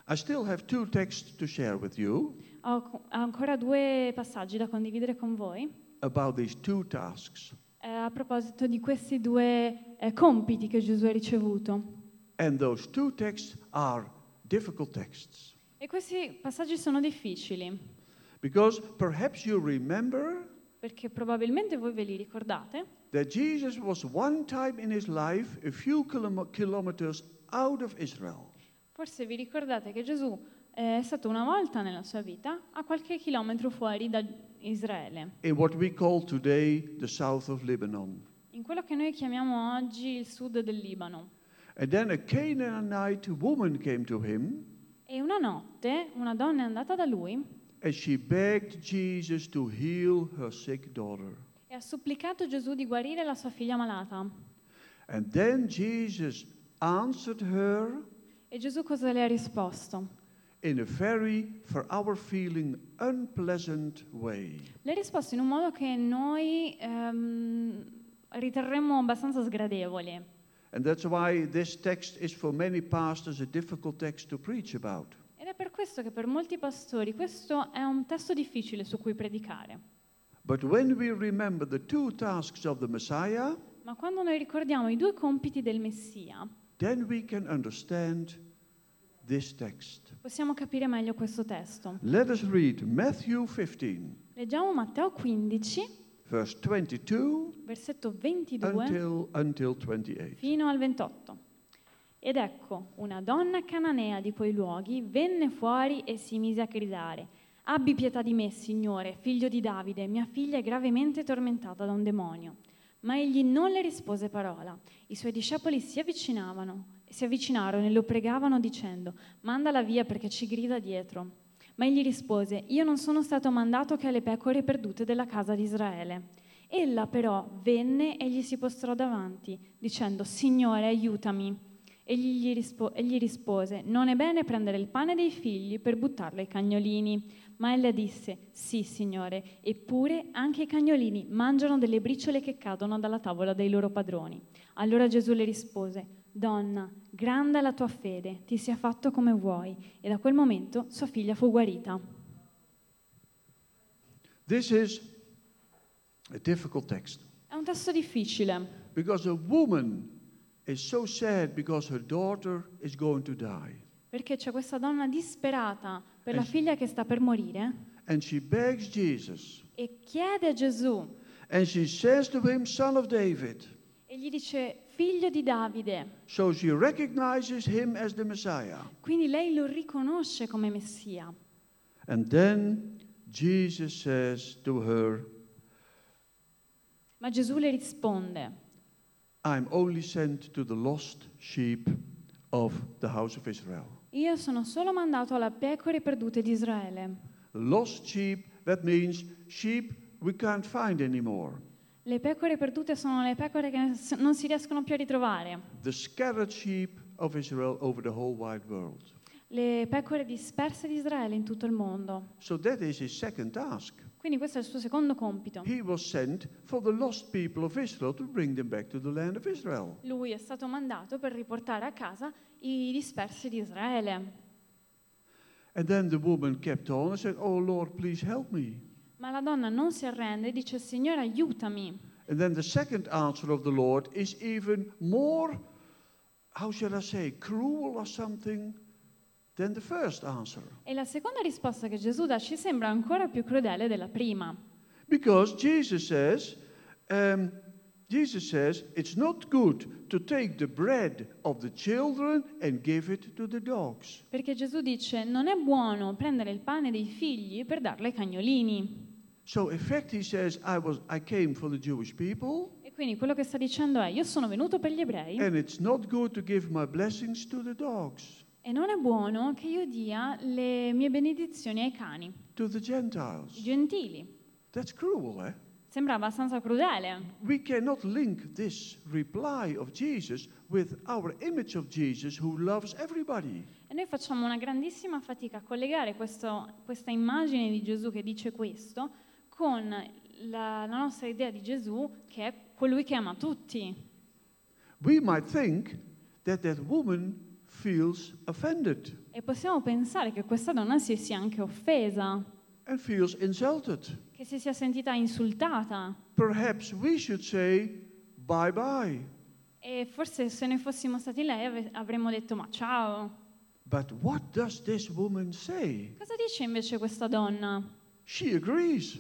Speaker 2: I still have two texts to share with you.
Speaker 3: Ho co- ho ancora due passaggi da condividere con voi
Speaker 2: about these two tasks.
Speaker 3: eh, a proposito di questi due eh, compiti che Gesù ha ricevuto.
Speaker 2: And those two texts are difficult texts.
Speaker 3: E questi passaggi sono difficili,
Speaker 2: Because perhaps you remember
Speaker 3: perché probabilmente voi ve li ricordate,
Speaker 2: that Jesus was one time in his life a few kilom- kilometers out of Israel.
Speaker 3: forse vi ricordate che Gesù eh, è stato una volta nella sua vita a qualche chilometro fuori da Israele,
Speaker 2: In what we call today the south of Lebanon.
Speaker 3: in quello che noi chiamiamo oggi il sud del Libano.
Speaker 2: And then a Canaanite woman came to him,
Speaker 3: E una notte una donna è andata da lui
Speaker 2: and she begged Jesus to heal her sick daughter.
Speaker 3: e ha supplicato Gesù di guarire la sua figlia malata.
Speaker 2: And then Jesus answered her
Speaker 3: E Gesù cosa le ha risposto?
Speaker 2: in a very, for our feeling, unpleasant way.
Speaker 3: Le ha risposto in un modo che noi ehm, riterremmo abbastanza sgradevole.
Speaker 2: And that's why this text is for many pastors a difficult text to preach about.
Speaker 3: Ed è per questo che per molti pastori questo è un testo difficile su cui predicare.
Speaker 2: But when we remember the two tasks of the Messiah,
Speaker 3: Ma quando noi ricordiamo i due compiti del Messia,
Speaker 2: then we can understand this text.
Speaker 3: possiamo capire meglio questo testo.
Speaker 2: Let us read Matthew 15,
Speaker 3: Leggiamo Matteo 15,
Speaker 2: verse 22
Speaker 3: versetto 22
Speaker 2: until, until 28.
Speaker 3: fino al 28. Ed ecco, una donna cananea di quei luoghi venne fuori e si mise a gridare: Abbi pietà di me, Signore, figlio di Davide, mia figlia è gravemente tormentata da un demonio. Ma egli non le rispose parola. I suoi discepoli si avvicinavano, si avvicinarono e lo pregavano dicendo: Mandala via perché ci grida dietro. Ma egli rispose: Io non sono stato mandato che alle pecore perdute della casa di Israele. Ella però venne e gli si postrò davanti, dicendo: Signore, aiutami. Egli gli, rispo- egli rispose: Non è bene prendere il pane dei figli per buttarlo ai cagnolini. Ma ella disse: Sì, Signore, eppure anche i cagnolini mangiano delle briciole che cadono dalla tavola dei loro padroni. Allora Gesù le rispose: Donna, grande è la tua fede, ti sia fatto come vuoi. E da quel momento sua figlia fu guarita.
Speaker 2: This is a difficult text
Speaker 3: È un testo difficile.
Speaker 2: because a woman is so sad because her daughter is going to die.
Speaker 3: Perché c'è questa donna disperata per la
Speaker 2: Eh.
Speaker 3: figlia che sta per morire
Speaker 2: And she begs Jesus
Speaker 3: e chiede a Gesù
Speaker 2: and she says to him, Son of David.
Speaker 3: e gli dice figlio di Davide.
Speaker 2: So she recognizes him as the Messiah.
Speaker 3: Quindi lei lo riconosce come Messia.
Speaker 2: And then Jesus says to her,
Speaker 3: Ma Gesù le risponde,
Speaker 2: I'm only sent to the lost sheep of the house of Israel.
Speaker 3: io sono solo mandato alla pecore perdute di Israele.
Speaker 2: Lost sheep, that means sheep we can't find anymore.
Speaker 3: Le pecore perdute sono le pecore che s- non si riescono più a ritrovare,
Speaker 2: The scattered sheep of Israel over the whole wide world.
Speaker 3: le pecore disperse di Israele in tutto il mondo.
Speaker 2: So that is his second task.
Speaker 3: Quindi questo è il suo secondo compito.
Speaker 2: He was sent for the lost people of Israel to bring them back to the land of Israel.
Speaker 3: Lui è stato mandato per riportare a casa i dispersi di Israele.
Speaker 2: And then the woman kept on and said, Oh Lord, please help me.
Speaker 3: Ma la donna non si arrende e dice Signore aiutami.
Speaker 2: And then the second answer of the Lord is even more, how shall I say, cruel or something than the first answer.
Speaker 3: E la seconda risposta che Gesù dà ci sembra ancora più crudele della prima,
Speaker 2: Because Jesus says, um, Jesus says, it's not good to take the bread of the children and give it to the dogs.
Speaker 3: perché Gesù dice non è buono prendere il pane dei figli per darlo ai cagnolini.
Speaker 2: So in fact, he says, I was, I came for the Jewish people,
Speaker 3: E quindi quello che sta dicendo è io sono venuto per gli ebrei
Speaker 2: and it's not good to give my blessings to the dogs,
Speaker 3: e non è buono che io dia le mie benedizioni ai cani,
Speaker 2: to the
Speaker 3: i
Speaker 2: Gentiles.
Speaker 3: gentili.
Speaker 2: That's cruel, eh?
Speaker 3: Sembra abbastanza crudele.
Speaker 2: We cannot link this reply of Jesus with our image of Jesus who loves everybody.
Speaker 3: E noi facciamo una grandissima fatica a collegare questo- questa immagine di Gesù che dice questo con la, la nostra idea di Gesù che è colui che ama tutti.
Speaker 2: We might think that that woman feels offended
Speaker 3: E possiamo pensare che questa donna si sia anche offesa,
Speaker 2: and feels insulted.
Speaker 3: che si sia sentita insultata
Speaker 2: Perhaps we should say bye bye.
Speaker 3: e forse se noi fossimo stati lei ave- avremmo detto ma ciao.
Speaker 2: But what does this woman say?
Speaker 3: Cosa dice invece questa donna?
Speaker 2: She agrees.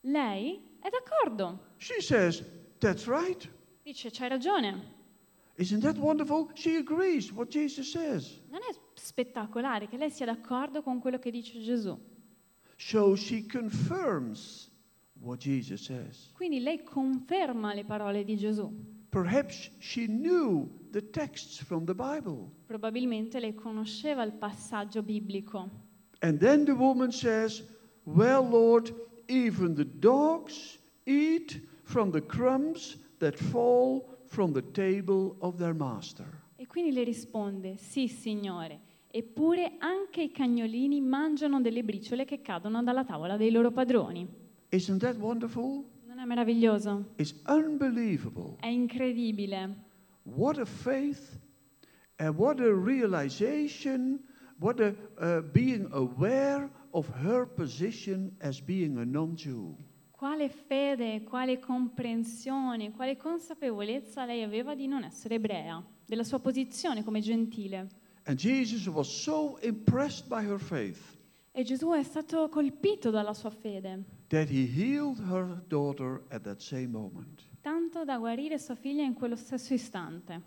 Speaker 3: Lei è d'accordo,
Speaker 2: She says, That's right.
Speaker 3: dice c'hai ragione.
Speaker 2: Isn't that wonderful? She agrees what Jesus says.
Speaker 3: Non è spettacolare che lei sia d'accordo con quello che dice Gesù.
Speaker 2: So she confirms what Jesus says.
Speaker 3: Quindi lei conferma le parole di Gesù.
Speaker 2: Perhaps she knew the texts from the Bible.
Speaker 3: Probabilmente lei conosceva il passaggio biblico.
Speaker 2: And then the woman says, Well, Lord, even the dogs eat from the crumbs that fall from the table of their master.
Speaker 3: E quindi le risponde, sì signore, eppure anche i cagnolini mangiano delle briciole che cadono dalla tavola dei loro padroni.
Speaker 2: Isn't that wonderful?
Speaker 3: Non è meraviglioso?
Speaker 2: It's unbelievable.
Speaker 3: È incredibile.
Speaker 2: What a faith and what a realization, what a uh, being aware of her position as being a non Jew.
Speaker 3: Quale fede, quale comprensione, quale consapevolezza lei aveva di non essere ebrea, della sua posizione come gentile.
Speaker 2: And Jesus was so impressed by her faith
Speaker 3: E Gesù è stato colpito dalla sua fede,
Speaker 2: that he healed her daughter at that same moment.
Speaker 3: tanto da guarire sua figlia in quello stesso istante.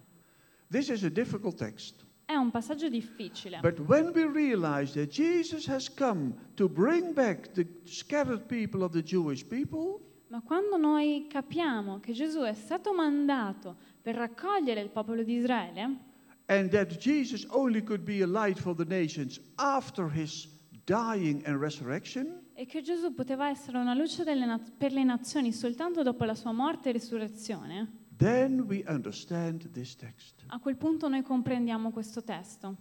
Speaker 2: This is a difficult text.
Speaker 3: È un passaggio difficile,
Speaker 2: But when we realize that Jesus has come to bring back the scattered people of the Jewish people,
Speaker 3: ma quando noi capiamo che Gesù è stato mandato per raccogliere il popolo di Israele
Speaker 2: and that Jesus only could be a light for the nations after his dying and resurrection,
Speaker 3: e che Gesù poteva essere una luce delle naz- per le nazioni soltanto dopo la sua morte e risurrezione,
Speaker 2: then we understand this text.
Speaker 3: A quel punto noi comprendiamo questo testo.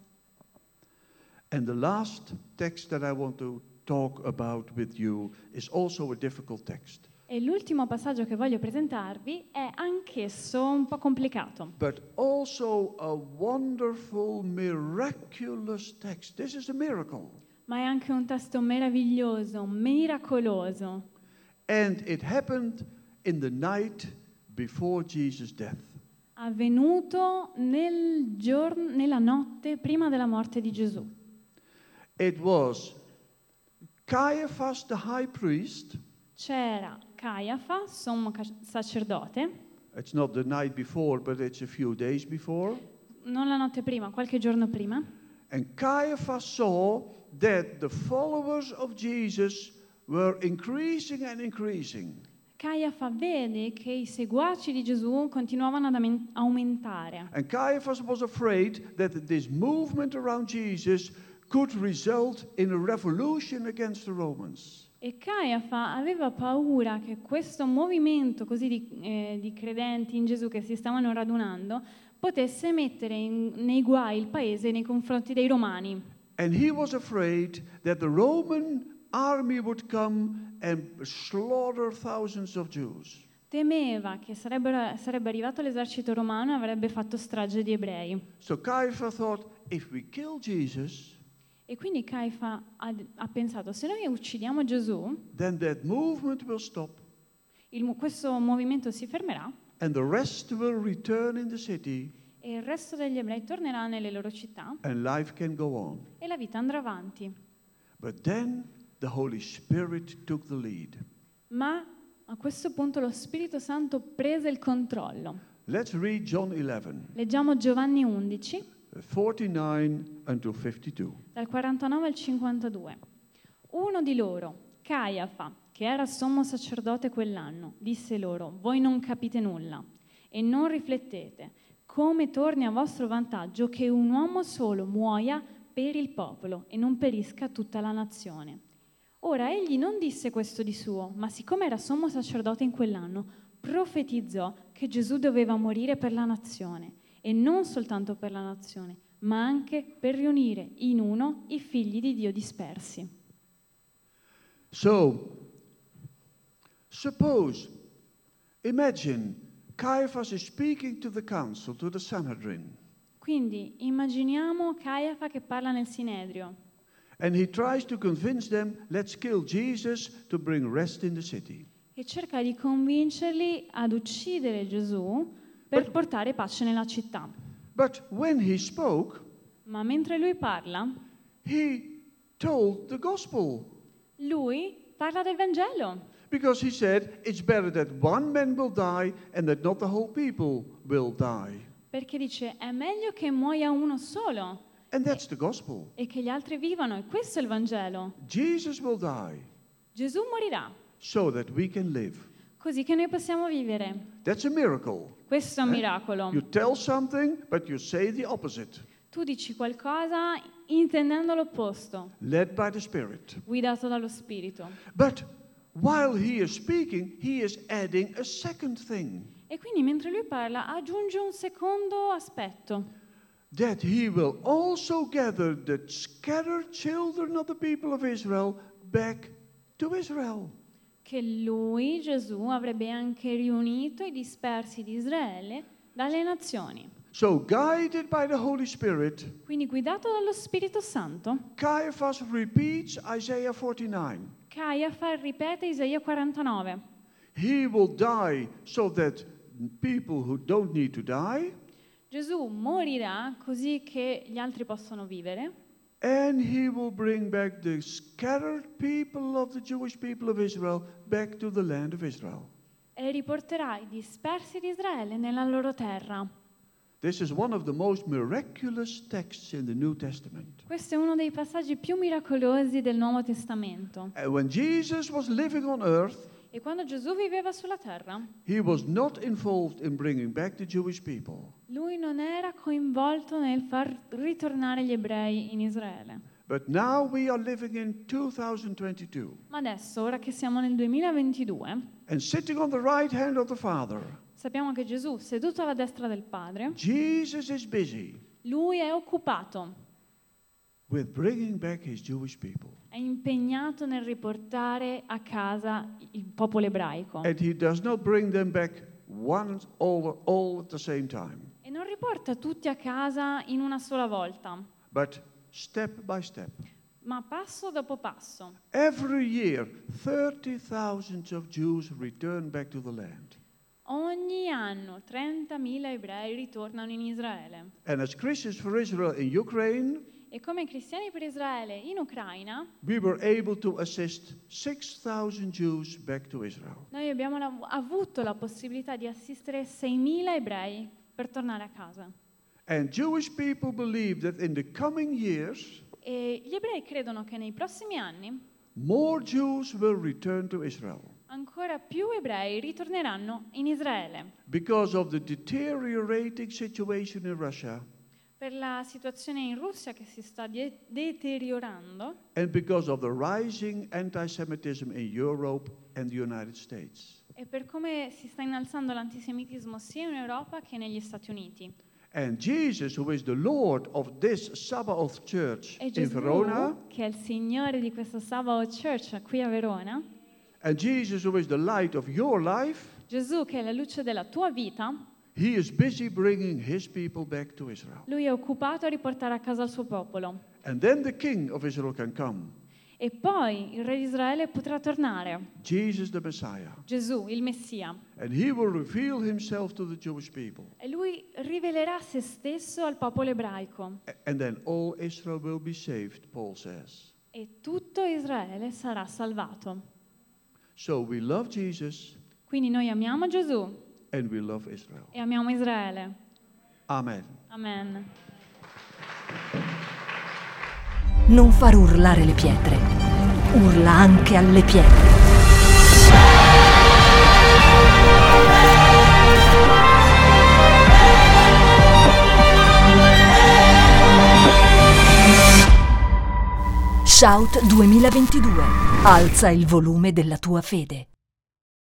Speaker 2: And the last text that I want to talk about with you is also a difficult text.
Speaker 3: E l'ultimo passaggio che voglio presentarvi è anch'esso un po' complicato,
Speaker 2: but also a wonderful, miraculous text. This is a miracle.
Speaker 3: ma è anche un testo meraviglioso, miracoloso.
Speaker 2: And it happened in the night before Jesus' death.
Speaker 3: Avvenuto nel giorno, nella notte prima della morte di Gesù.
Speaker 2: It was Caiaphas, the high priest.
Speaker 3: C'era Caiafa, sommo ca- sacerdote,
Speaker 2: It's not the night before, but it's a few days before.
Speaker 3: non la notte prima, qualche giorno prima,
Speaker 2: And Caiaphas saw that the followers of Jesus were increasing and increasing.
Speaker 3: Caiafa vede che i seguaci di Gesù continuavano ad amen- aumentare.
Speaker 2: And Caiaphas was afraid that this movement around Jesus could result in a revolution against the Romans.
Speaker 3: E Caiafa aveva paura che questo movimento così di, eh, di credenti in Gesù che si stavano radunando potesse mettere in- nei guai il paese nei confronti dei romani.
Speaker 2: And he was afraid that the Roman army would come and slaughter thousands of Jews.
Speaker 3: Temeva che sarebbero- sarebbe arrivato l'esercito romano e avrebbe fatto strage di ebrei.
Speaker 2: So Caiaphas thought if we kill Jesus,
Speaker 3: E quindi Caiafa ha, ha pensato, se noi uccidiamo Gesù,
Speaker 2: then that movement will stop
Speaker 3: il mo- questo movimento si fermerà
Speaker 2: and the rest will return in the city
Speaker 3: e il resto degli ebrei tornerà nelle loro città
Speaker 2: and life can go on.
Speaker 3: e la vita andrà avanti.
Speaker 2: But then the Holy Spirit took the lead.
Speaker 3: Ma a questo punto lo Spirito Santo prese il controllo.
Speaker 2: Let's read John 11.
Speaker 3: Leggiamo Giovanni 11,
Speaker 2: 49 until 52.
Speaker 3: dal 49 al 52. Uno di loro, Caiafa, che era sommo sacerdote quell'anno, disse loro, voi non capite nulla e non riflettete come torni a vostro vantaggio che un uomo solo muoia per il popolo e non perisca tutta la nazione. Ora egli non disse questo di suo, ma siccome era sommo sacerdote in quell'anno, profetizzò che Gesù doveva morire per la nazione, e non soltanto per la nazione, ma anche per riunire in uno i figli di Dio dispersi.
Speaker 2: So, suppose, imagine Caiaphas is speaking to the council, to the Sanhedrin,
Speaker 3: Quindi immaginiamo Caiafa che parla nel Sinedrio
Speaker 2: and he tries to convince them, let's kill Jesus to bring rest in the city.
Speaker 3: e cerca di convincerli ad uccidere Gesù per portare pace nella città.
Speaker 2: But when he spoke,
Speaker 3: Ma mentre lui parla,
Speaker 2: he told the gospel
Speaker 3: lui parla del Vangelo.
Speaker 2: because he said it's better that one man will die and that not the whole people will die.
Speaker 3: Perché dice è meglio che muoia uno solo
Speaker 2: And that's the gospel.
Speaker 3: e che gli altri vivano, e questo è il Vangelo.
Speaker 2: Jesus will die
Speaker 3: Gesù morirà,
Speaker 2: so that we can live.
Speaker 3: così che noi possiamo vivere.
Speaker 2: That's a miracle.
Speaker 3: Questo è un miracolo.
Speaker 2: You tell something, but you say the opposite,
Speaker 3: Tu dici qualcosa intendendo l'opposto,
Speaker 2: led by the Spirit.
Speaker 3: guidato dallo Spirito.
Speaker 2: But while he is speaking, he is adding a second thing
Speaker 3: E quindi mentre lui parla aggiunge un secondo aspetto,
Speaker 2: that he will also gather the scattered children of the people of Israel back to Israel.
Speaker 3: che lui, Gesù, avrebbe anche riunito i dispersi di Israele dalle nazioni.
Speaker 2: So, guided by the Holy Spirit,
Speaker 3: Quindi guidato dallo Spirito Santo,
Speaker 2: Caiaphas repeats Isaiah 49.
Speaker 3: Caiafa ripete Isaia 49.
Speaker 2: He will die so that people who don't need to die,
Speaker 3: Gesù morirà così che gli altri possano vivere
Speaker 2: and he will bring back the scattered people of the Jewish people of Israel back to the land of Israel.
Speaker 3: e riporterà i dispersi di Israele nella loro terra.
Speaker 2: This is one of the most miraculous texts in the New Testament.
Speaker 3: Questo è uno dei passaggi più miracolosi del Nuovo Testamento.
Speaker 2: And when Jesus was living on earth,
Speaker 3: E quando Gesù viveva sulla terra,
Speaker 2: he was not involved in bringing back the Jewish people,
Speaker 3: lui non era coinvolto nel far ritornare gli ebrei in Israele.
Speaker 2: but now we are living in 2022.
Speaker 3: Ma adesso, ora che siamo nel 2022,
Speaker 2: And sitting on the right hand of the Father,
Speaker 3: sappiamo che Gesù, seduto alla destra del Padre,
Speaker 2: Jesus is busy
Speaker 3: lui è occupato,
Speaker 2: with bringing back his Jewish people.
Speaker 3: è impegnato nel riportare a casa il popolo ebraico.
Speaker 2: And he does not bring them back one all, all at the same time,
Speaker 3: E non riporta tutti a casa in una sola volta,
Speaker 2: but step by step.
Speaker 3: ma passo dopo passo.
Speaker 2: Every year, 30,000 of Jews return back to the land.
Speaker 3: Ogni anno 30.000 ebrei ritornano in Israele.
Speaker 2: And as Christians for Israel in Ukraine,
Speaker 3: E come cristiani per Israele in Ucraina,
Speaker 2: we were able to assist 6,000 Jews back to Israel.
Speaker 3: noi abbiamo la- avuto la possibilità di assistere 6.000 ebrei per tornare a casa.
Speaker 2: And Jewish people believe that in the coming years,
Speaker 3: E gli ebrei credono che nei prossimi anni
Speaker 2: more Jews will return to Israel
Speaker 3: ancora più ebrei ritorneranno in Israele
Speaker 2: because of the deteriorating situation in Russia
Speaker 3: per la situazione in Russia che si sta die- deteriorando
Speaker 2: and because of the rising anti Semitism in Europe and the United States.
Speaker 3: E per come si sta innalzando l'antisemitismo sia in Europa che negli Stati Uniti.
Speaker 2: And Jesus, who is the Lord of this Sabbath church
Speaker 3: E
Speaker 2: in
Speaker 3: Gesù,
Speaker 2: Verona,
Speaker 3: che è il Signore di questa Sabbath Church qui a Verona,
Speaker 2: and Jesus, who is the light of your life,
Speaker 3: Gesù che è la luce della tua vita,
Speaker 2: He is busy bringing his people back to Israel.
Speaker 3: lui è occupato a riportare a casa il suo popolo.
Speaker 2: And then the king of Israel can come,
Speaker 3: E poi il re di Israele potrà tornare,
Speaker 2: Jesus the Messiah,
Speaker 3: Gesù, il Messia.
Speaker 2: and he will reveal himself to the Jewish people.
Speaker 3: E lui rivelerà se stesso al popolo ebraico.
Speaker 2: A- And then all Israel will be saved, Paul says.
Speaker 3: E tutto Israele sarà salvato.
Speaker 2: So we love Jesus
Speaker 3: Quindi noi amiamo Gesù
Speaker 2: and we love Israel.
Speaker 3: e amiamo Israele.
Speaker 2: Amen.
Speaker 3: Amen.
Speaker 1: Non far urlare le pietre. Urla anche alle pietre. Shout 2022. Alza il volume della tua fede.